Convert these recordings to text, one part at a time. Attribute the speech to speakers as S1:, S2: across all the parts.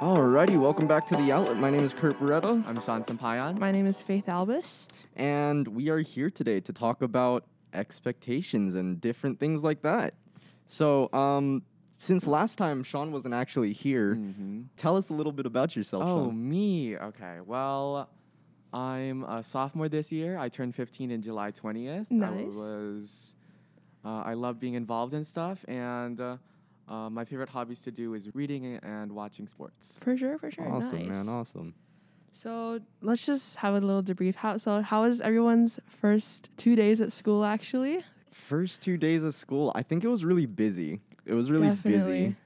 S1: Alrighty, welcome back to the outlet. My name is Kurt Beretta,
S2: I'm Sean Sampayan.
S3: My name is Faith Albus.
S1: and we are here today to talk about expectations and different things like that. So, um, since last time Sean wasn't actually here,
S2: Mm-hmm.
S1: tell us a little bit about yourself.
S2: Oh,
S1: Sean.
S2: me. Okay. Well, I'm a sophomore this year. I turned 15 in July 20th.
S3: Nice.
S2: I was. Uh, I love being involved in stuff, and uh, uh, my favorite hobbies to do is reading and watching sports.
S3: For sure, for sure.
S1: awesome,
S3: nice.
S1: man, awesome.
S3: So let's just have a little debrief. How so? How was everyone's first two days at school? Actually,
S1: First two days of school, I think it was really busy. It was really busy.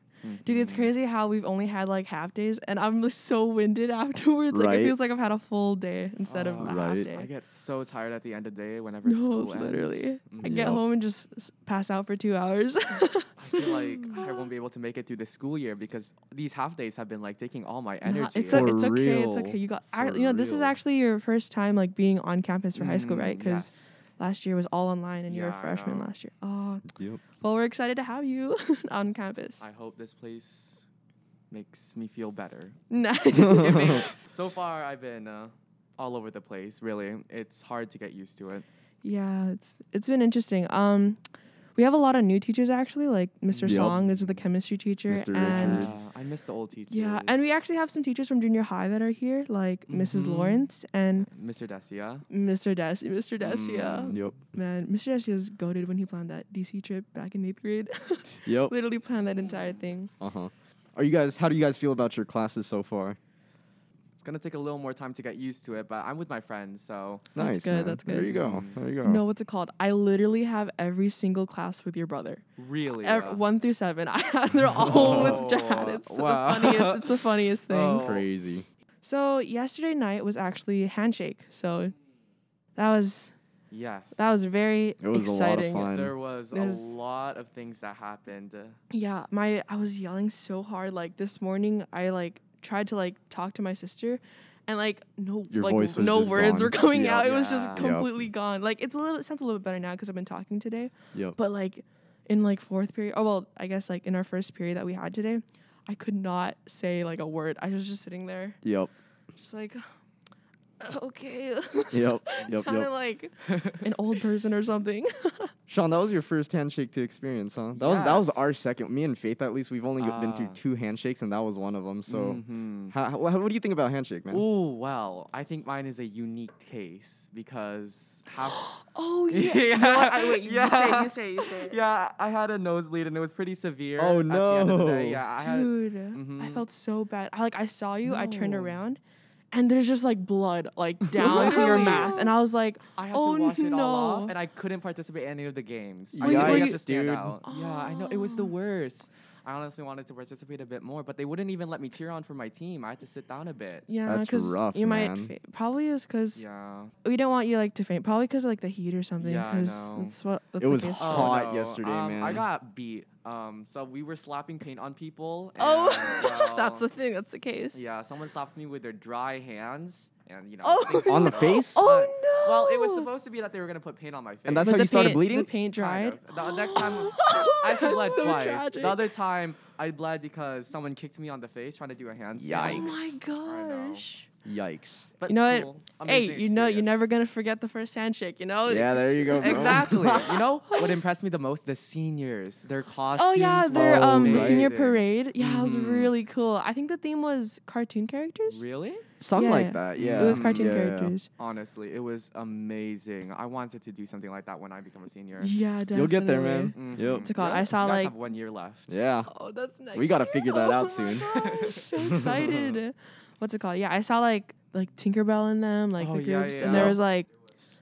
S3: dude. It's crazy how we've only had like half days, and I'm like, so winded afterwards. Like
S1: Right?
S3: it feels like I've had a full day instead of
S2: Oh,
S3: a
S1: Right.
S3: half
S2: I
S3: day.
S2: get so tired at the end of the day whenever
S3: No,
S2: school ends.
S3: literally. I
S2: Mhm.
S3: get
S1: Yep.
S3: home and just s- pass out for two hours.
S2: I feel like I won't be able to make it through the school year because these half days have been like taking all my energy.
S3: Nah, it's,
S1: For
S3: o- it's okay. It's
S1: real.
S3: okay. You got.
S1: For
S3: ac- you know, this is
S1: real. Mm-hmm.
S3: actually your first time like being on campus for high school,
S2: Mm,
S3: right? Because
S2: yes.
S3: last year was all online, and you were
S2: Yeah, I
S3: a freshman
S2: know.
S3: last year. Oh,
S1: Yep.
S3: well, we're excited to have you on campus.
S2: I hope this place makes me feel better.
S3: Nice.
S2: so far, I've been uh, all over the place. Really, it's hard to get used to it.
S3: Yeah, it's it's been interesting. Um, we have a lot of new teachers actually, like Mr.
S1: Yep.
S3: Song is the chemistry teacher,
S1: Mr.
S3: and
S1: Richards.
S2: Yeah, uh, I miss the old teachers.
S3: yeah, and we actually have some teachers from junior high that are here, like Mrs.
S2: Mhm.
S3: Lawrence and
S2: Mr. Desia.
S3: Mr. Desi. Mr. Desia,
S2: Mm.
S1: Yep.
S3: man, Mr. Desi is goaded when he planned that DC trip back in eighth grade.
S1: Yep.
S3: Literally planned that entire thing.
S1: Uh huh. Are you guys? How do you guys feel about your classes so far?
S2: It's gonna take a little more time to get used to it, but I'm with my friends, so
S3: That's
S1: nice.
S3: good,
S1: man.
S3: that's
S1: There
S3: good.
S1: you go.
S2: Mm.
S1: There you go.
S3: No, what's it called? I literally have every single class with your brother,
S2: really,
S3: Ev-
S2: uh,
S3: one through seven. They're all
S2: Oh,
S3: with Jad. It's
S2: wow.
S3: the funniest. It's the funniest thing.
S2: Oh.
S1: Crazy.
S3: So yesterday night was actually handshake. So that was
S2: yes,
S3: that was very
S1: It was
S3: exciting.
S1: a lot of fun.
S2: There was a
S3: There's-
S2: lot of things that happened.
S3: Yeah, my I was yelling so hard. Like this morning, I like tried to like talk to my sister, and like no
S1: Your
S3: like
S1: voice was
S3: no
S1: just
S3: words
S1: gone.
S3: were coming
S2: Yep.
S3: out. It was
S2: Yeah.
S3: just
S2: Yep.
S3: completely gone. Like it's a little it sounds a little bit better now because I've been talking today.
S1: Yep.
S3: But like in like fourth period, oh well, I guess like in our first period that we had today, I could not say like a word. I was just sitting there,
S1: Yep.
S3: just like okay.
S1: Yep. Yep.
S3: sounded
S1: Yep.
S3: like an old person or something.
S1: Sean, that was your first handshake to experience, huh? That was that was our
S2: Yes.
S1: second. Me and Faith, at least, we've only go- been
S2: Ah.
S1: through two handshakes, and that was one of them.
S3: Mm.
S1: So,
S2: Mhm.
S1: how, how, what do you think about handshake, man?
S2: Ooh, well, I think mine is a unique case because half.
S3: oh
S2: You know what? I- wait, you- you Yeah.
S3: say, you say, you say.
S2: yeah, I had a nosebleed and it was pretty severe.
S1: Oh,
S2: at the end of the day.
S1: no.
S2: Yeah, I had.
S3: Dude, I
S2: Mhm.
S3: felt so bad. I like I saw you. I turned
S2: No.
S3: around, and there's just like blood like down to your
S2: Literally.
S3: mouth, and I was like,
S2: I had
S3: oh
S2: to wash it all
S3: no.
S2: off, and I couldn't participate in any of the games.
S1: Were you-
S2: I
S1: were
S2: got
S1: you-
S2: to stand
S1: dude.
S2: out. Yeah, I know it was the worst. I honestly wanted to participate a bit more, but they wouldn't even let me cheer on for my team. I had to sit down a bit.
S3: yeah,
S1: That's
S3: because
S1: rough,
S3: you
S1: man.
S3: might fa- probably is because
S2: Yeah.
S3: we didn't want you like to faint. Probably because like the heat or something.
S2: Yeah, I
S3: Because
S2: know.
S3: that's what that's
S1: It
S3: like
S1: was
S3: yesterday.
S1: hot. yesterday,
S2: um, I
S1: man.
S2: got beat. Um, so we were slapping paint on people. and,
S3: Oh,
S2: well,
S3: that's the thing. That's the case.
S2: Yeah, someone slapped me with their dry hands, and you know.
S3: Oh,
S2: things
S1: On the
S2: like that.
S1: face?
S3: Oh
S2: But-
S3: no.
S2: Well, it was supposed to be that they were gonna put paint on my face.
S1: And that's
S3: But
S1: how
S3: the
S1: you started
S3: paint-
S1: bleeding?
S3: The paint dried.
S2: Kind of. The next time,
S3: Oh,
S2: I should bled
S3: that's so
S2: twice.
S3: tragic.
S2: The other time, I bled because someone kicked me on the face trying to do a handstand.
S1: Yikes.
S3: Oh my
S2: know.
S3: gosh.
S1: Yikes.
S2: But
S3: You know what?
S2: cool.
S3: Hey, you
S2: Amazing
S3: know you're
S2: experience.
S3: never gonna forget the first handshake. You know.
S1: Yeah, there you go, bro.
S2: Exactly. you know what impressed me the most? The seniors. Their costumes.
S3: Oh yeah,
S2: were
S3: their um the
S1: right.
S3: senior
S2: amazing.
S3: parade. Yeah, it was
S2: Mhm.
S3: really cool. I think the theme was cartoon characters.
S2: Really?
S1: Something
S3: Yeah.
S1: like that. Yeah.
S3: It was
S2: Mm,
S3: cartoon
S1: yeah, yeah, yeah.
S3: characters.
S2: Honestly, it was amazing. I wanted to do something like that when I become a senior.
S3: Yeah, definitely.
S1: You'll get there, man.
S2: Mhm.
S3: What's it called?
S2: You
S3: I
S2: guys-
S3: saw,
S2: you guys
S3: like-
S2: have one year left.
S1: Yeah.
S3: Oh, that's nice.
S1: gotta figure that out soon.
S3: so excited. What's it called? Yeah, I saw like like Tinkerbell in them, like
S2: Oh,
S3: the
S2: yeah,
S3: groups,
S2: yeah.
S3: and there was like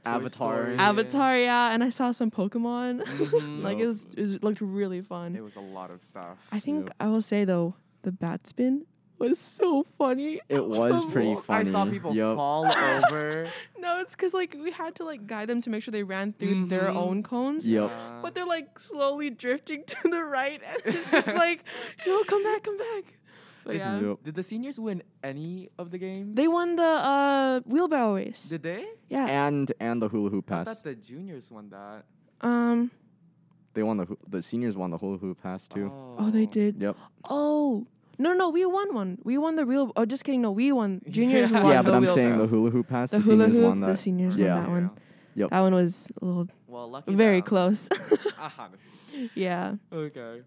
S2: Toy
S1: Avatar.
S2: Story.
S3: Avatar, yeah, and I saw some Pokemon.
S2: Mhm.
S3: like it was, it was it looked really fun.
S2: It was a lot of stuff.
S3: I think
S1: Yep.
S3: I will say though, the bat spin was so funny.
S1: It was pretty
S2: Well,
S1: funny.
S2: I saw people
S1: Yep.
S2: fall over.
S3: No, it's because like we had to like guide them to make sure they ran through their
S2: Mhm.
S3: own cones.
S1: Yep.
S2: Yeah.
S3: But they're like slowly drifting to the right, and it's just like, no, come back, come back. But
S2: It's-
S3: yeah,
S1: Yep.
S2: Did the seniors win any of the games?
S3: they won the uh, wheelbarrow race.
S2: Did they?
S3: yeah.
S1: And and the hula hoop
S2: I
S1: pass.
S2: thought the juniors won that.
S3: Um.
S1: They won the hoo- the seniors won the hula hoop pass too.
S3: Oh, they oh, did.
S1: Yep.
S3: Oh, No, no, we won one. We won the real. Oh, just kidding. No, we won. Juniors
S2: Yeah.
S3: won
S1: yeah,
S3: the
S1: but I'm
S3: wheel
S1: saying
S3: throw.
S1: the hula hoop pass. The,
S3: the hula
S1: seniors
S3: hoop.
S1: won that.
S3: The seniors
S1: Yeah.
S3: won that one.
S1: Yep.
S3: That one was a little
S2: Well, lucky
S3: very
S2: them.
S3: close.
S2: Ah,
S3: yeah.
S2: okay.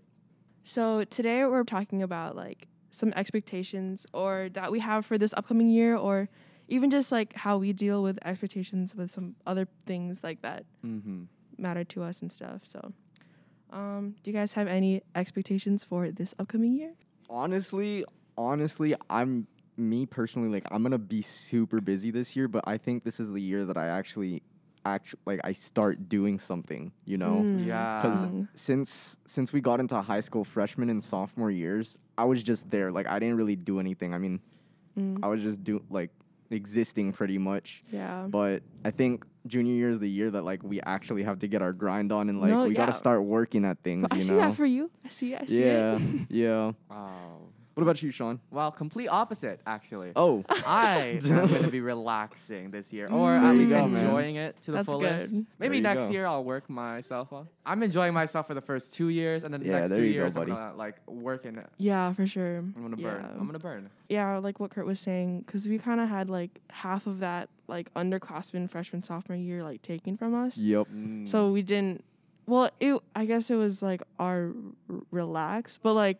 S3: So today we're talking about like some expectations or that we have for this upcoming year or even just like how we deal with expectations with some other things like that
S2: Mm-hmm.
S3: matter to us and stuff. So um, do you guys have any expectations for this upcoming year?
S1: honestly, honestly, I'm me personally like I'm gonna be super busy this year, but I think this is the year that I actually, actually like I start doing something. You know,
S3: Mm.
S2: Yeah.
S1: 'Cause
S3: Um,
S1: since since we got into high school freshman and sophomore years, I was just there. Like I didn't really do anything. I mean,
S3: mm,
S1: I was just do like existing pretty much.
S3: yeah.
S1: But I think junior year is the year that like we actually have to get our grind on and like
S3: No,
S1: we gotta
S3: yeah.
S1: start working at things.
S3: But I
S1: you
S3: see
S1: know.
S3: that for you. I see it. I see
S1: yeah,
S3: it.
S1: yeah.
S2: Wow.
S1: What about you, Sean?
S2: Well, complete opposite actually.
S1: Oh,
S2: I am gonna be relaxing this year, or
S3: There
S2: at
S3: you
S2: least
S3: go, man.
S2: enjoying it to the
S3: That's
S2: fullest.
S3: good.
S1: There you
S2: Maybe next
S1: go.
S2: year I'll work myself up. I'm enjoying myself for the first two years, and then the
S1: Yeah,
S2: next
S1: there
S2: two
S1: you go,
S2: years
S1: buddy.
S2: I'm gonna like work and
S3: Yeah, for sure.
S2: I'm gonna burn.
S3: Yeah.
S2: I'm gonna burn.
S3: yeah, like what Kurt was saying, because we kind of had like half of that like underclassmen freshman sophomore year like taken from us.
S1: yep.
S2: Mm.
S3: So we didn't. Well, it I guess it was like our r- relax, but like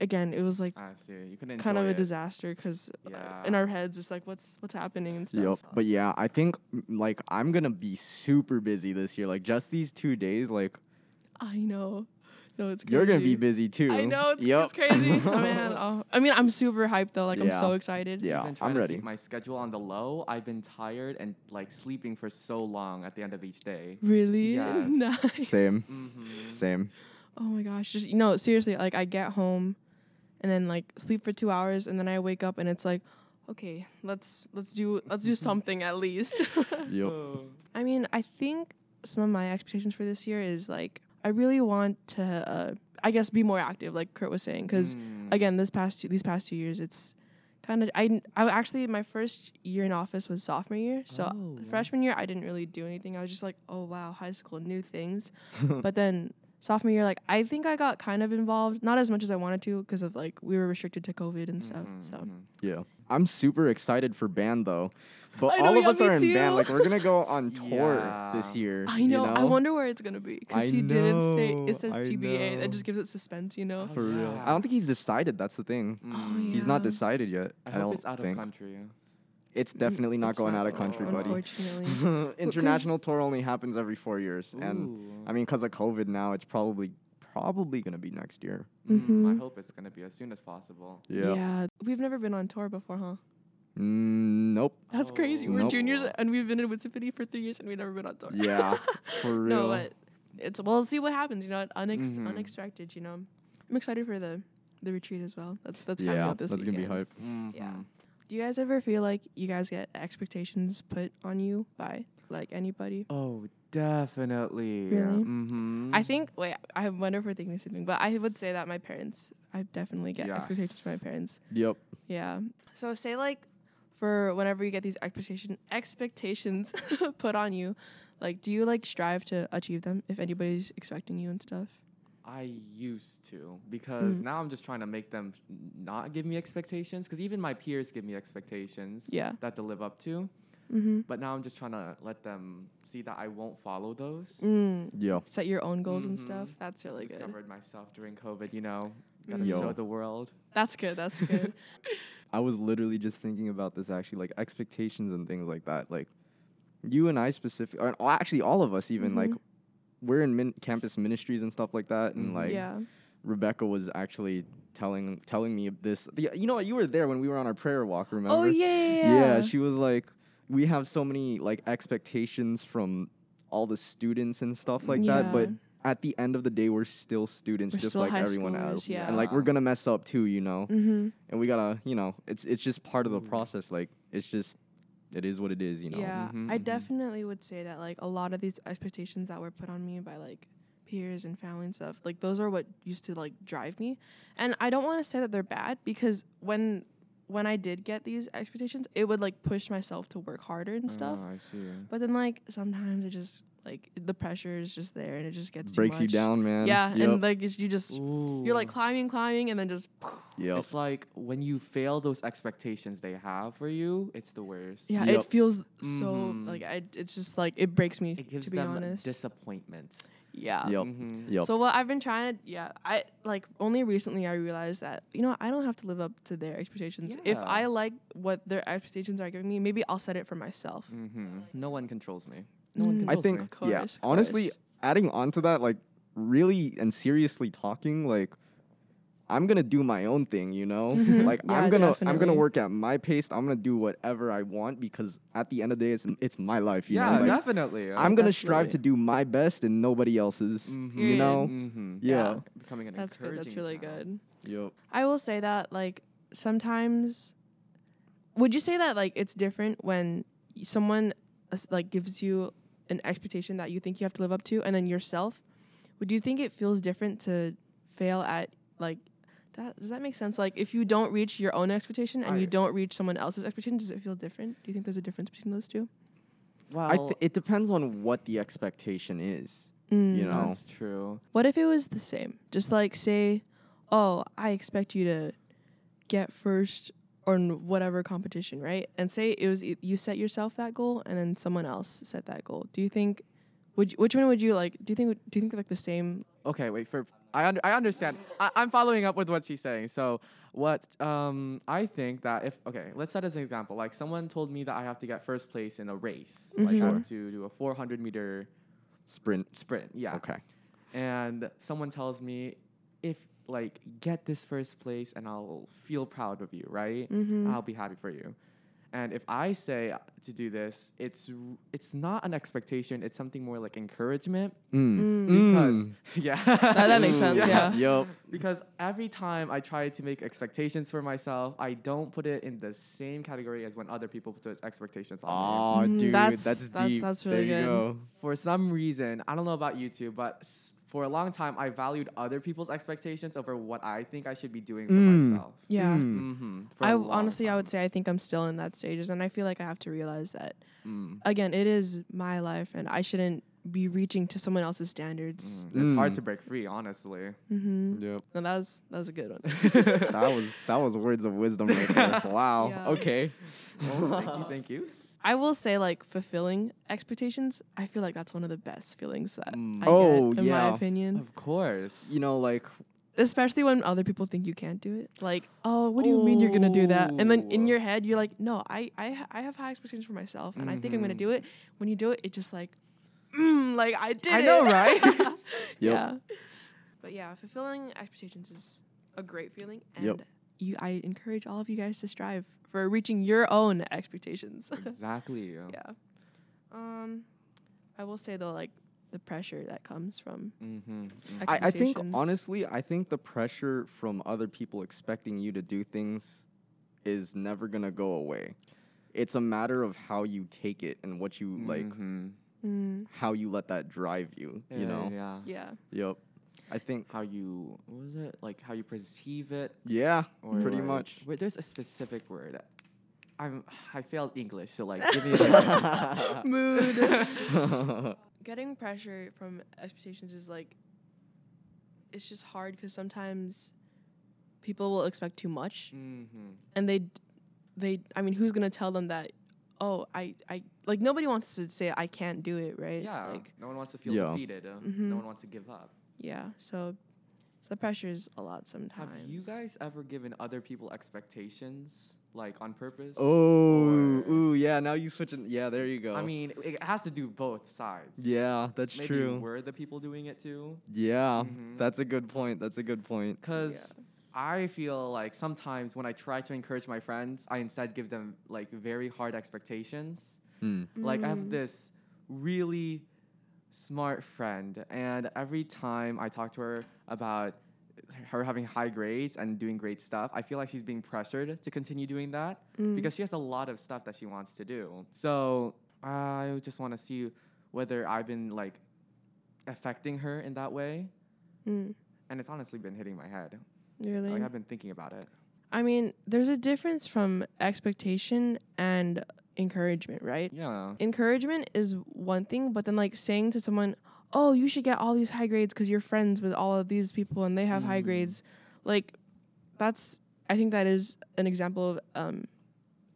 S3: again, it was like
S2: I see. You can enjoy
S3: kind of a
S2: it.
S3: disaster because in
S2: Yeah.
S3: our heads it's like what's what's happening and
S1: Yep.
S3: stuff.
S1: But yeah, I think m- like I'm gonna be super busy this year. Like just these two days, like
S3: I know. No, it's crazy.
S1: you're gonna be busy too.
S3: I know it's,
S1: Yep.
S3: it's crazy. oh, man. Oh, I mean, I'm super hyped though. Like I'm
S1: Yeah.
S3: so excited.
S1: Yeah,
S2: I've been
S1: I'm
S2: trying to
S1: ready.
S2: keep my schedule on the low. I've been tired and like sleeping for so long at the end of each day.
S3: Really?
S2: Yes.
S3: nice.
S1: Same.
S2: Mm-hmm.
S1: Same.
S3: Oh my gosh. Just you know, seriously, like I get home and then like sleep for 2 hours and then I wake up and it's like, okay, let's let's do let's do something at least.
S1: Yep.
S3: I mean, I think some of my expectations for this year is like I really want to uh, I guess be more active like Kurt was saying cuz
S2: Mm.
S1: Mm-hmm.
S3: again, this past two, these past 2 years it's kind of I I actually my first year in office was sophomore year. So uh,
S2: Oh.
S3: freshman year I didn't really do anything. I was just like, "Oh wow, high school, new things." but then sophomore year like i think i got kind of involved not as much as i wanted to because of like we were restricted to covid and stuff
S1: Mm-hmm.
S3: so
S1: yeah. I'm super excited for band though. But
S3: I know,
S1: all of
S3: yeah,
S1: us
S3: me
S1: are in band.
S3: too.
S1: Like we're gonna go on tour this
S2: Yeah.
S1: year.
S3: i
S1: you
S3: know, i wonder where it's gonna be
S1: I
S3: because he didn't say
S1: know,
S3: it says
S1: I
S3: tba
S1: know.
S3: that just gives it suspense you know
S2: Oh,
S1: For real. I
S2: Yeah. Mm.
S1: don't think he's decided. That's the thing. He's not
S3: Oh, Yeah.
S1: decided yet.
S2: I
S1: I,
S2: hope
S1: don't
S2: it's out
S1: think.
S2: of country.
S1: It's definitely not
S3: mm, It's
S1: going out of country,
S2: going-
S1: buddy.
S3: unfortunately
S1: International tour only happens every four years, and
S2: Ooh.
S1: I mean, because of COVID now, it's probably probably gonna be next year.
S2: Mm, I
S3: Mhm.
S2: hope it's gonna be as soon as possible.
S3: yeah. we've never been on tour before huh
S1: Mm, nope.
S3: that's crazy
S2: Oh.
S3: we're
S1: Nope.
S3: juniors and we've been in Witzipity for three years and we've never been on tour
S1: Yeah, for real. Mm-hmm.
S3: no but it's we'll see what happens you know unex-
S2: Mhm.
S3: unexpected you know i'm excited for the the retreat as well that's that's coming
S1: yeah,
S3: up this
S1: that's gonna be
S3: weekend.
S1: hype.
S2: Mhm.
S3: Do you guys ever feel like you guys get expectations put on you by like anybody?
S2: Oh, definitely.
S3: Really?
S2: Mm-hmm.
S1: Mm.
S3: I think wait, I wonder if we're thinking the same thing, but I would say that my parents I definitely get expectations from my
S2: Yes.
S3: parents.
S1: Yep.
S3: Yeah. So say like for whenever you get these expectation expectations put on you, like do you like strive to achieve them if anybody's expecting you and stuff?
S2: I used to because
S3: Mm.
S2: now I'm just trying to make them not give me expectations because even my peers give me expectations
S3: Yeah.
S2: that to live up to.
S3: Mm-hmm.
S2: But now I'm just trying to let them see that I won't follow those.
S3: Mm.
S1: Yeah.
S3: Set your own goals and
S2: Mhm.
S3: stuff. That's really good.
S2: Discovered myself during COVID, you know. Gotta
S1: Mm.
S2: show
S1: Yo.
S2: the world.
S3: That's good. That's good.
S1: I was literally just thinking about this actually, like expectations and things like that. Like you and I specific, or or actually all of us even like
S3: Mhm.
S1: we're in min- campus ministries and stuff like that, and
S2: Mhm.
S1: like
S3: yeah.
S1: Rebecca was actually telling telling me this. Yeah, You know what? You were there when we were on our prayer walk. Remember?
S3: Oh yeah, yeah, yeah.
S1: Yeah, she was like, we have so many like expectations from all the students and stuff like that, but
S3: Yeah.
S1: at the end of the day, we're still students,
S3: We're
S1: just
S3: still
S1: like
S3: high
S1: everyone
S3: schoolers,
S1: else.
S3: yeah.
S1: And like we're
S2: Yeah.
S1: gonna mess up too, you know.
S3: mm-hmm.
S1: And we gotta, you know, it's it's just part of the
S2: Ooh.
S1: process. Like it's just, it is what it is, you know.
S3: Yeah,
S2: Mhm,
S3: I
S2: mhm.
S3: definitely would say that like a lot of these expectations that were put on me by like peers and family and stuff, like those are what used to like drive me. And I don't want to say that they're bad because when when I did get these expectations, it would like push myself to work harder and stuff.
S2: Oh, I see.
S3: But then like sometimes it just like the pressure is just there and it just gets too
S1: breaks you
S3: much.
S1: down, man.
S3: Yeah,
S1: Yep.
S3: and like it's, you just you're like
S2: Ooh.
S3: climbing, climbing, and then just
S1: yep.
S2: It's like when you fail those expectations they have for you, it's the worst.
S3: yeah,
S1: Yep.
S3: it feels so
S2: Mhm.
S3: like I. It's just like it breaks me
S2: It gives
S3: to be
S2: them
S3: honest.
S2: disappointment.
S3: yeah.
S1: Yep.
S2: Mhm.
S1: Yep.
S3: So what I've been trying to yeah, I like only recently I realized that you know I don't have to live up to their expectations. If
S2: Yeah.
S3: I like what their expectations are giving me, maybe I'll set it for myself.
S2: Mhm. No one controls me. Mm.
S3: No one
S1: Mm. I
S2: controls
S1: think
S2: me.
S3: Of
S1: yeah.
S3: course, of
S1: Honestly,
S3: course.
S1: adding on to that, like really and seriously talking, like I'm gonna do my own thing, you know.
S2: Mm-hmm.
S3: Mhm.
S1: Like
S3: Yeah,
S1: I'm gonna I'm gonna
S3: definitely.
S1: work at my pace. I'm gonna do whatever I want because at the end of the day, it's it's my life, you
S2: yeah,
S1: know. Like,
S2: definitely.
S1: I'm gonna strive to
S3: definitely.
S1: do my best and nobody else's. You
S2: Mhm.
S1: know.
S2: Mhm.
S1: Yeah.
S3: Yeah.
S2: Becoming an
S3: That's good. That's
S2: encouraging
S3: really
S2: child.
S3: good.
S1: Yep.
S3: I will say that like sometimes would you say that like it's different when y- someone uh, s- like gives you an expectation that you think you have to live up to and then yourself would you think it feels different to fail at like that does that make sense like if you don't reach your own expectation and
S1: I-
S3: you don't reach someone else's expectation does it feel different do you think there's a difference between those two
S2: Well,
S1: I th- it depends on what the expectation is.
S3: Mm.
S1: You know.
S2: that's true.
S3: What if it was the same? Just like say, oh, I expect you to get first on whatever competition, right? And say it was e- you set yourself that goal and then someone else set that goal. Do you think would you, which one would you like? Do you think do you think like the same?
S2: Okay, wait for. I un- I understand. I- I'm following up with what she's saying. So what um I think that if okay, let's set as an example. Like someone told me that I have to get first place in a race. Like
S3: Mm-hmm.
S2: I have to do a 400 meter
S1: Sprint.
S2: sprint. Yeah.
S1: Okay.
S2: And someone tells me if like get this first place and I'll feel proud of you, right?
S3: Mm-hmm.
S2: I'll be happy for you. And if I say uh, to do this, it's r- it's not an expectation. It's something more like encouragement
S1: Mm.
S2: because
S1: Mm.
S2: yeah,
S3: that makes sense, yeah.
S1: Yep.
S2: because every time I try to make expectations for myself, I don't put it in the same category as when other people put expectations on me.
S1: Aw,
S3: Mm,
S1: dude, that's,
S3: that's-
S1: deep.
S3: that's- that's really
S1: there you
S3: good.
S1: go.
S2: For some reason, I don't know about you two, but s- for a long time, I valued other people's expectations over what I think I should be doing for
S1: Mm.
S2: myself.
S3: Yeah.
S1: Mm.
S2: Mm-hmm.
S3: I w- honestly I would say I think I'm still in that stages and I feel like I have to realize that
S2: Mm.
S3: again, it is my life and I shouldn't be reaching to someone else's standards.
S2: Mm. It's hard
S1: Mm.
S2: to break free, honestly. Mm,
S3: Mm-hmm.
S1: Yep.
S3: No, that was that was a good one.
S1: that was that was words of wisdom right there. Wow.
S3: Yeah.
S1: Okay.
S2: Oh, thank you, thank you.
S3: I will say like fulfilling expectations. I feel like that's one of the best feelings that I
S1: Oh,
S3: get in
S1: yeah.
S3: my opinion,
S2: Of course.
S1: You know, like
S3: especially when other people think you can't do it. Like, oh, what do you mean you're gonna do that? And then in
S2: Ooh.
S3: your head, you're like, no, I I, ha- I have high expectations for myself, and I think I'm gonna
S2: Mhm.
S3: do it. When you do it, it just like, mm, like I did.
S2: I
S3: it.
S2: know, right?
S3: Yeah. But yeah, fulfilling expectations is a great feeling, and
S1: Yep.
S3: you, I encourage all of you guys to strive for reaching your own expectations.
S2: exactly.
S3: Yeah. Um, I will say though, like the pressure that comes from
S2: Mm-hmm.
S1: I, I think
S3: expectations.
S1: honestly, I think the pressure from other people expecting you to do things is never gonna go away. It's a matter of how you take it and what you
S2: Mm-hmm.
S1: like
S3: Mm,
S1: how you let that drive you. you know?
S2: Yeah.
S3: yeah.
S1: Yep. I think
S2: How you what was it like? How you perceive it,
S1: yeah,
S2: or
S1: pretty
S2: like-
S1: much.
S2: Wait, there's a specific word. I'm I failed English, so like give me. a-
S3: Mood. Getting pressure from expectations is like, it's just hard because sometimes people will expect too much,
S2: Mhm.
S3: and they, d- they. I mean, who's gonna tell them that? Oh, I, I like nobody wants to say I can't do it, right?
S2: Yeah.
S3: Like,
S2: no one wants to feel
S1: Yeah.
S2: defeated. uh,
S3: Mhm.
S2: No one wants to give up.
S3: yeah. So, so the pressure is a lot sometimes.
S2: Have you guys ever given other people expectations, like on purpose?
S1: oh,
S2: Or-
S1: ooh, yeah. Now you switching. Yeah, there you go.
S2: I mean, it has to do both sides.
S1: yeah, that's
S2: Maybe
S1: true.
S2: we're the people doing it too.
S1: Yeah,
S2: Mhm.
S1: that's a good point. That's a good point.
S2: Because I feel like sometimes when I try to encourage my friends, I instead give them like very hard expectations.
S1: Hmm.
S2: Like I have
S3: Mm.
S2: this really smart friend, and every time I talk to her about her having high grades and doing great stuff, I feel like she's being pressured to continue doing that
S3: Mm.
S2: because she has a lot of stuff that she wants to do. So I just want to see whether I've been like affecting her in that way.
S3: Mm,
S2: And it's honestly been hitting my head.
S3: really?
S2: Like I've been thinking about it.
S3: I mean, there's a difference from expectation and encouragement, right?
S2: Yeah.
S3: Encouragement is one thing, but then like saying to someone, "Oh, you should get all these high grades because you're friends with all of these people and they have high
S2: Mm.
S3: grades," like that's I think that is an example of um,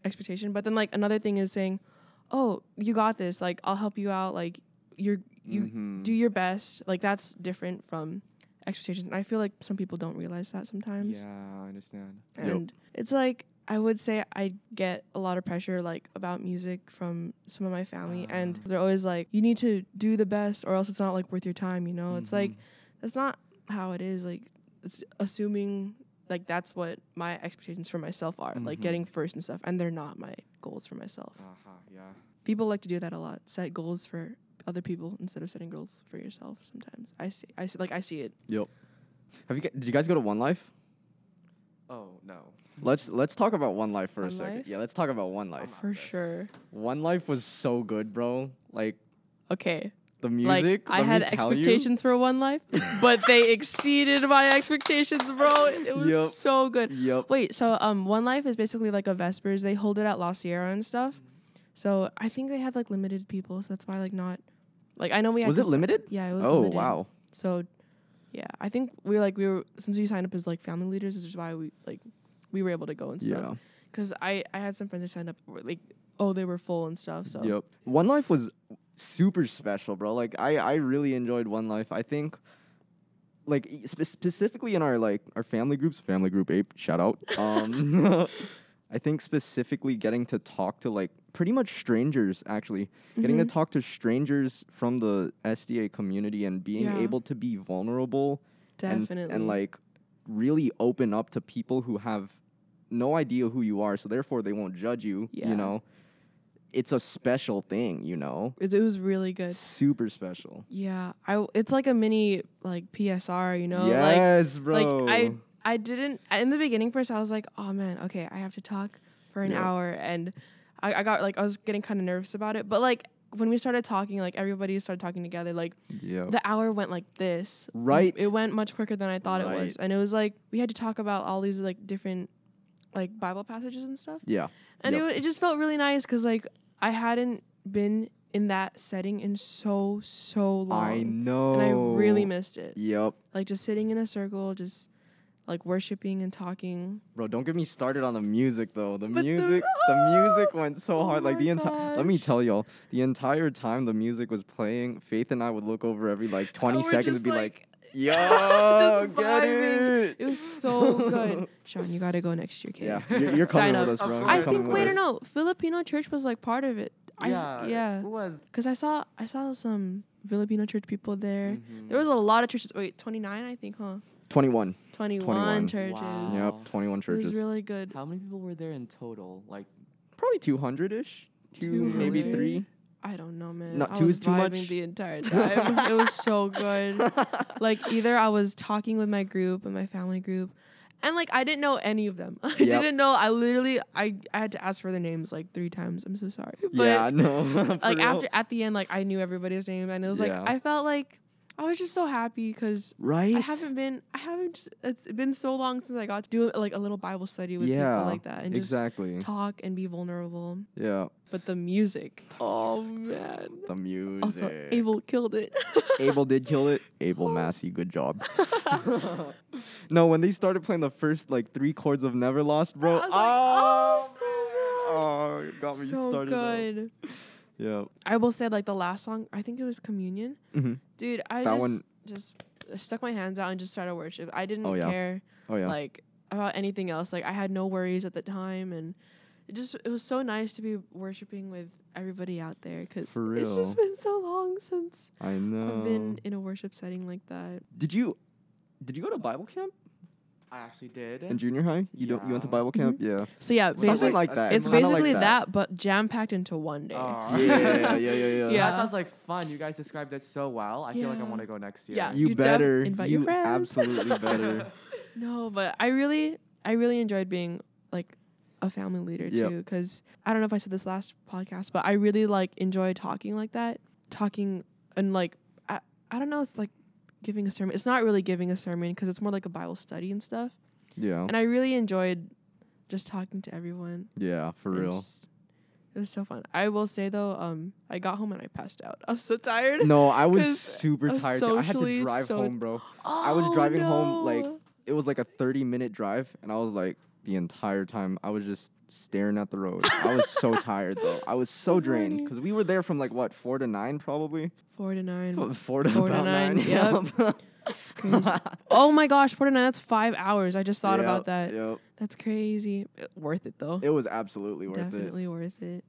S3: expectation. But then like another thing is saying, "Oh, you got this. Like I'll help you out. Like you're you
S2: Mhm.
S3: do your best." Like that's different from expectations. And I feel like some people don't realize that sometimes.
S2: Yeah, I understand.
S1: Yep.
S3: And it's like I would say I get a lot of pressure like about music from some of my family
S1: Ah.
S3: and they're always like you need to do the best or else it's not like worth your time, you know?
S1: Mm-hmm.
S3: It's like
S2: Mhm.
S3: that's not how it is. Like it's assuming like that's what my expectations for myself are, like
S1: Mm-hmm.
S2: Mhm.
S3: getting first and stuff and they're not my goals for myself.
S2: Uh-huh, yeah.
S3: People like to do that a lot. Set goals for other people instead of setting goals for yourself sometimes. I see I see like I see it.
S1: Have you? g- Did you guys go to One Life?
S2: Oh no.
S1: Let's let's talk about One Life for
S3: One
S1: a second.
S3: Life?
S1: Yeah, let's talk about One Life.
S2: I'm not
S3: For
S2: this.
S3: sure.
S1: One Life was so good, bro. Like
S3: Okay.
S1: the music.
S3: like I
S1: let me
S3: had
S1: tell you.
S3: expectations for One Life, but they exceeded my expectations, bro. It was
S1: Yup.
S3: so good.
S1: Yep.
S3: Wait, so um, One Life is basically like a Vespers. They hold it at La Sierra and stuff. So I think they had like limited people, so that's why like not like I know we had
S1: Was
S3: to
S1: it
S3: s-
S1: limited?
S3: Yeah, it was.
S1: Oh
S3: limited.
S1: wow.
S3: So yeah, I think we were like we were since we signed up as like family leaders, which is why we like we were able to go and stuff.
S1: Yeah.
S3: Because I I had some friends that signed up were, like oh they were full and stuff. So
S1: Yep. One Life was super special, bro. Like I, I really enjoyed One Life. I think, like e- spe- specifically in our like our family groups, family group ape shout out. Um, I think specifically getting to talk to like pretty much strangers actually, getting to
S3: Mhm.
S1: talk to strangers from the SDA community and being
S3: Yeah.
S1: able to be vulnerable and-
S3: definitely
S1: and, like really open up to people who have no idea who you are so therefore they won't judge you
S3: Yeah.
S1: you know it's a special thing you know
S3: it, it was really good.
S1: super special
S3: Yeah, I w- it's like a mini like PSR, you know. Like
S1: yes
S3: like
S1: bro
S3: I I didn't in the beginning first I was like, oh man, okay, I have to talk for an
S1: Yeah.
S3: hour, and I, I got like I was getting kind of nervous about it, but like when we started talking, like everybody started talking together, like
S1: yeah
S3: the hour went like this.
S1: Oh. Right.
S3: It went much quicker than I thought it was,
S1: Right.
S3: and it was like we had to talk about all these like different like Bible passages and stuff.
S1: yeah
S3: And
S1: Yep.
S3: it, it just felt really nice because like I hadn't been in that setting in so so long,
S1: i know
S3: and I really
S1: Oh.
S3: missed it.
S1: yep
S3: Like just sitting in a circle, just like worshiping and talking.
S1: bro don't get me started on the music though the
S3: But the-
S1: music the, music went so
S3: Oh
S1: hard like
S3: my
S1: the entire let me
S3: gosh.
S1: tell y'all the entire time the music was playing faith and i would look over every like 20
S3: And Oh, we're
S1: seconds
S3: just,
S1: and be like, yo
S3: just
S1: get
S3: vibing.
S1: it
S3: it was so good. Sean, you gotta go next year, kid.
S1: Yeah, you're, you're coming
S3: Sign up.
S1: with us,
S2: Of
S1: bro.
S2: course.
S1: You're
S3: I
S1: coming
S3: think
S1: with
S3: wait or
S1: us.
S3: no, Filipino church was like part of it. I yeah, yeah,
S2: It was.
S3: because I saw I saw some Filipino church people there.
S1: Mm.
S2: Mhm.
S3: There was a lot of churches. Wait, twenty nine, I think, huh?
S1: 21.
S3: 21,
S1: 21.
S3: churches.
S2: Wow.
S1: Yep, 21
S2: Wow.
S3: It was
S1: churches.
S3: really good.
S2: How many people were there in total? Like
S1: Probably 200 ish. Two, maybe
S3: 200?
S1: three.
S3: I don't know, man.
S1: Not
S3: I
S1: two
S3: was
S1: is too
S3: vibing
S1: much?
S3: the entire time. it was so good. Like either I was talking with my group and my family group, and like I didn't know any of them. I
S1: Yep.
S3: didn't know. I literally I, I had to ask for their names like three times. I'm so sorry. But
S1: yeah, no.
S3: like after at the end, like I knew everybody's name, and it was
S1: Yeah.
S3: like I felt like I was just so happy because.
S1: Right?
S3: I haven't been. I haven't. Just, it's been so long since I got to do like a little Bible study with
S1: Yeah,
S3: people like that and
S1: exactly.
S3: just talk and be vulnerable.
S1: Yeah.
S3: But the music. Oh
S1: music.
S3: man.
S1: The music.
S3: Also, Abel killed it.
S1: Abel did kill it. Abel Massey, good job. no, when they started playing the first like three chords of Never Lost, bro.
S3: I was like,
S1: oh,
S3: oh
S1: man. oh, it got me
S3: so
S1: started. up.
S3: good.
S1: Yeah.
S3: I will say like the last song. I think it was Communion.
S1: Mhm.
S3: Dude, I
S1: That
S3: just
S1: one-
S3: just stuck my hands out and just started worship. I didn't
S1: Oh, yeah.
S3: care
S1: Oh, yeah.
S3: like about anything else. Like I had no worries at the time, and it just it was so nice to be worshiping with everybody out there because
S1: For
S3: it's
S1: real. Oh.
S3: just been so long since
S1: I know.
S3: I've been in a worship setting like that.
S1: Did you did you go to Bible camp
S2: I actually did.
S1: in junior high? You don't you went to
S2: Yeah.
S1: Bible camp? Yeah.
S3: So yeah,
S1: Something
S3: basically
S1: like
S2: a
S1: that.
S3: Mm-hmm. it's
S1: Kinda like
S3: basically that. but jam packed into one day.
S2: Aw.
S1: Yeah, yeah, yeah, yeah.
S3: Yeah.
S2: That sounds like fun. You guys described it so well. I feel like I
S3: Yeah.
S2: want to go next year.
S3: Yeah.
S1: You,
S3: You def-
S1: better.
S3: invite your
S1: you
S3: friends.
S1: absolutely better.
S3: No, but I really, I really enjoyed being like a family leader
S1: Yep.
S3: too. Because I don't know if I said this last podcast, but I really like enjoy talking like that, talking and like I, I don't know. It's like giving a sermon. It's not really giving a sermon because it's more like a Bible study and stuff.
S1: Yeah.
S3: And I really enjoyed just talking to everyone.
S1: Yeah, for
S3: and
S1: real.
S3: just- it It was so fun. I will say though, um, I got home and I passed out. I was so tired.
S1: No, I was
S3: 'Cause
S1: super
S3: I was
S1: tired. Too. I had
S3: socially
S1: to drive
S3: so-
S1: home, bro. I was
S3: Oh,
S1: driving home, like,
S3: no.
S1: It was like a 30 minute drive, and I was like, the entire time, I was just staring at the road. I was so tired, though. I was so
S3: So
S1: drained
S3: funny.
S1: because we were there from like what, four to nine, probably?
S3: four to nine.
S1: F- Four to
S3: Four to
S1: about
S3: nine,
S1: nine. yeah.
S3: Crazy. Oh my gosh, four to nine. That's five hours. I just thought about that.
S1: Yep.
S3: That's crazy. Uh, Worth it though.
S1: It was absolutely worth it.
S3: Definitely worth it.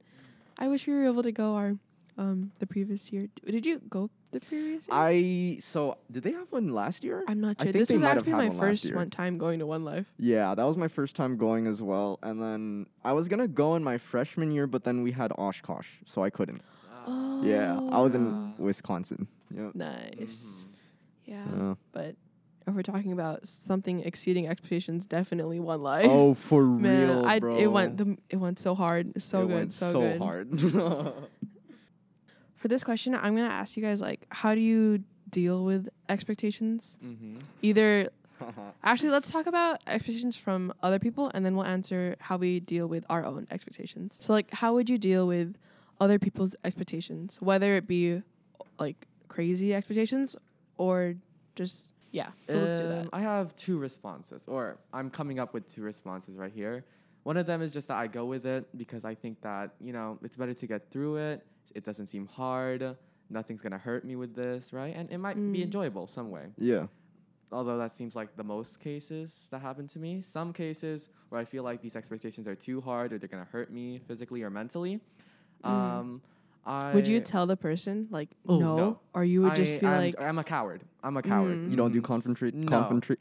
S3: I wish we were able to go our um the previous year. D- Did you go the previous year?
S1: I so did they have one last year?
S3: I'm not
S1: I
S3: sure.
S1: think
S3: this
S1: they
S3: was
S1: might have
S3: actually
S1: had
S3: my
S1: one last
S3: first
S1: year.
S3: one time going to One Life.
S1: Yeah, that was my first time going as well. And then I was gonna go in my freshman year, but then we had Oshkosh, so I couldn't.
S3: Oh.
S1: yeah, I was in
S2: Oh.
S1: Wisconsin. Yep.
S3: Nice. Yeah.
S1: Mm-hmm. Yeah.
S3: But if we're talking about something exceeding expectations, definitely One Life.
S1: Oh, for
S3: Man,
S1: real,
S3: I,
S1: bro.
S3: it went the, it went so hard, so
S1: it
S3: good,
S1: went
S3: so,
S1: so
S3: good.
S1: hard.
S3: For this question, I'm gonna ask you guys like, how do you deal with expectations?
S2: Mm-hmm.
S3: Either Actually, let's talk about expectations from other people and then we'll answer how we deal with our own expectations. So, like, how would you deal with other people's expectations, whether it be like crazy expectations or just, yeah. So, let's do that.
S2: Um, I have two responses, or I'm coming up with two responses right here. One of them is just that I go with it because I think that, you know, it's better to get through it. It doesn't seem hard. Nothing's going to hurt me with this, right? And it might be
S3: Mm.
S2: enjoyable some way.
S1: yeah.
S2: Although that seems like the most cases that happen to me. Some cases where I feel like these expectations are too hard or they're going to hurt me physically or mentally.
S3: Mm.
S2: Um, I,
S3: Would you tell the person, like,
S2: Oh,
S3: no,
S2: no.
S3: Or you would just
S2: I
S3: be
S2: am-
S3: like,
S2: I'm a coward. I'm a coward.
S3: Mm.
S1: You don't do
S2: Mhm.
S1: confrontra-
S2: No.
S1: confrontra-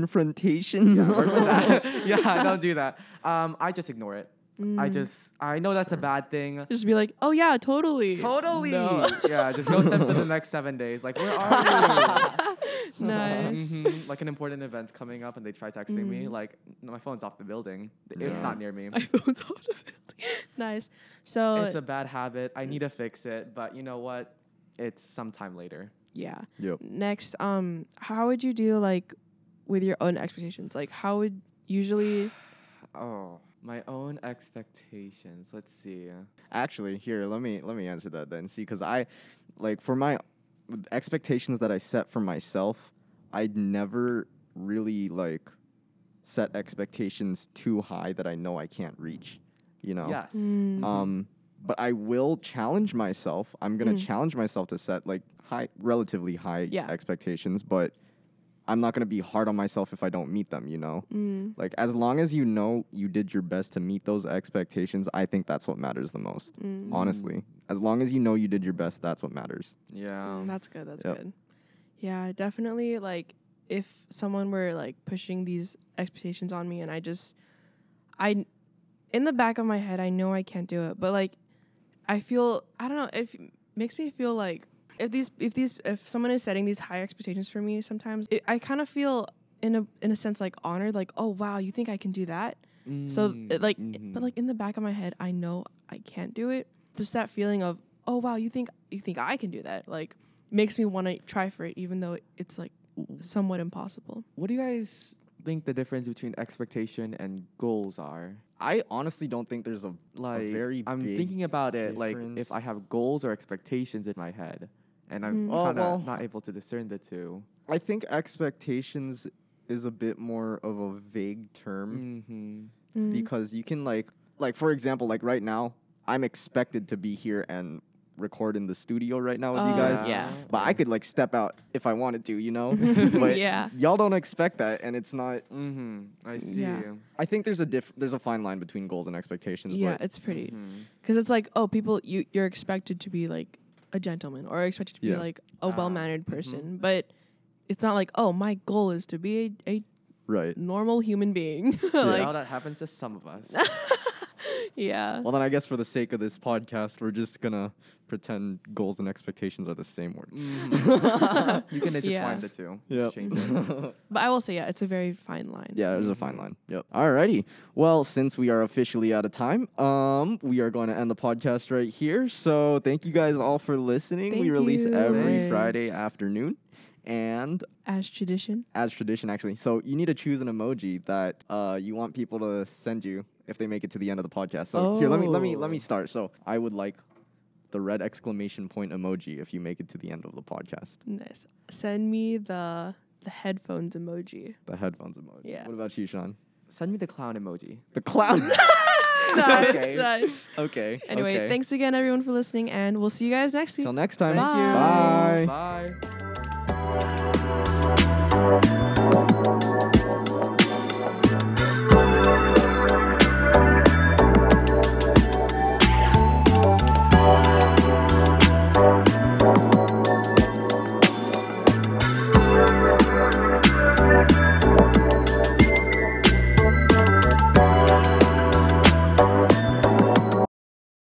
S1: confrontation.
S2: Yeah, work with that. yeah, I don't do that. Um, I just ignore it. I
S3: mm.
S2: just, I know that's a bad thing.
S3: just be like, oh, yeah, totally.
S2: Totally.
S3: No.
S2: Yeah, just no step for the next seven days. Like, where are you?
S3: nice.
S2: Mhm, Like an important event's coming up, and they try texting me.
S3: Mm.
S2: Like, "No, my phone's off the building. It's
S1: Yeah.
S2: not near me.
S3: My phone's off the building. nice. So,
S2: it's a bad habit. I need to fix it. But you know what? It's sometime later.
S3: Yeah.
S1: Yep.
S3: Next, um, how would you deal like with your own expectations? Like, how would usually?
S2: Oh, my own expectations. Let's see.
S1: Actually, here, let me let me answer that then. See, because I, like, for my expectations that I set for myself, I'd never really like set expectations too high that I know I can't reach. You know.
S2: Yes.
S3: Mm.
S1: Um, but I will challenge myself. I'm gonna
S3: Mm.
S1: challenge myself to set like high, relatively high
S3: Yeah.
S1: expectations, but I'm not gonna be hard on myself if I don't meet them. You know.
S3: mm,
S1: Like as long as you know you did your best to meet those expectations, I think that's what matters the most.
S3: mm.
S1: Honestly, as long as you know you did your best, that's what matters.
S2: Yeah.
S3: Mm, that's good. That's
S1: Yep.
S3: good. Yeah, definitely. Like, if someone were like pushing these expectations on me, and I just, I, in the back of my head, I know I can't do it, but like, I feel I don't know. If makes me feel like if these if these if someone is setting these high expectations for me, sometimes it, I kind of feel in a in a sense like honored. Like, oh wow, you think I can do that? So
S2: Mm,
S3: it, like,
S2: mhm.
S1: mm-hmm.
S3: but like in the back of my head, I know I can't do it. Just that feeling of, oh wow, you think you think I can do that? Like, makes me want to try for it, even though it's like somewhat impossible.
S2: What do you guys think the difference between expectation and goals are?
S1: I honestly don't think there's a
S2: Like,
S1: very
S2: I'm
S1: big
S2: thinking about it like if I
S1: difference.
S2: have goals or expectations in my head, and I'm
S3: Mm.
S1: Oh,
S2: kind of
S1: well.
S2: not able to discern the two.
S1: I think expectations is a bit more of a vague term
S2: Mm-hmm.
S3: Mm.
S1: because you can like like for example, like right now, I'm expected to be here and record in the studio right now with you
S3: Oh,
S1: guys.
S3: yeah.
S1: But I could like step out if I wanted to, you know? but
S3: yeah,
S1: y'all don't expect that and it's not
S2: Mm-hmm. I see.
S3: Yeah.
S1: I think there's a diff there's a fine line between goals and expectations,
S3: yeah,
S1: but
S3: it's pretty.
S2: Mhm.
S3: Because it's like, oh, people, you you're expected to be like a gentleman or expected to be
S1: Yeah. mm-hmm.
S3: like a
S2: Ah,
S3: well mannered
S2: mhm.
S3: person, but it's not like, oh, my goal is to be a, a
S1: right.
S3: normal human being.
S2: Well,
S3: like,
S2: that happens to some of us.
S3: yeah.
S1: Well then I guess for the sake of this podcast, we're just gonna pretend goals and expectations are the same word.
S2: Mhm. you can intertwine
S3: Yeah.
S2: the two.
S1: Yeah.
S2: Mm. Just Change it.
S3: But I will say, yeah, it's a very fine line.
S1: Yeah, there's a fine line. Yep. Alrighty. Well, since we are officially out of time, um, we are going to end the podcast right here. So thank you guys all for listening. we
S3: Thank
S1: release
S3: you.
S1: every Friday
S2: Thanks.
S1: afternoon, and
S3: As tradition.
S1: as tradition, actually. So you need to choose an emoji that uh you want people to send you if they make it to the end of the podcast. So here, let me let me let me
S2: Oh.
S1: start. So I would like the red exclamation point emoji if you make it to the end of the podcast.
S3: Nice. Send me the the headphones emoji.
S1: The headphones emoji.
S3: Yeah.
S1: What about you, Sean?
S2: Send me the clown emoji.
S1: The clown.
S3: nice,
S1: Okay.
S3: nice.
S1: okay.
S3: Anyway,
S1: okay.
S3: thanks again everyone for listening and we'll see you guys next week.
S1: Till next time.
S3: Thank you.
S1: Bye.
S2: Bye.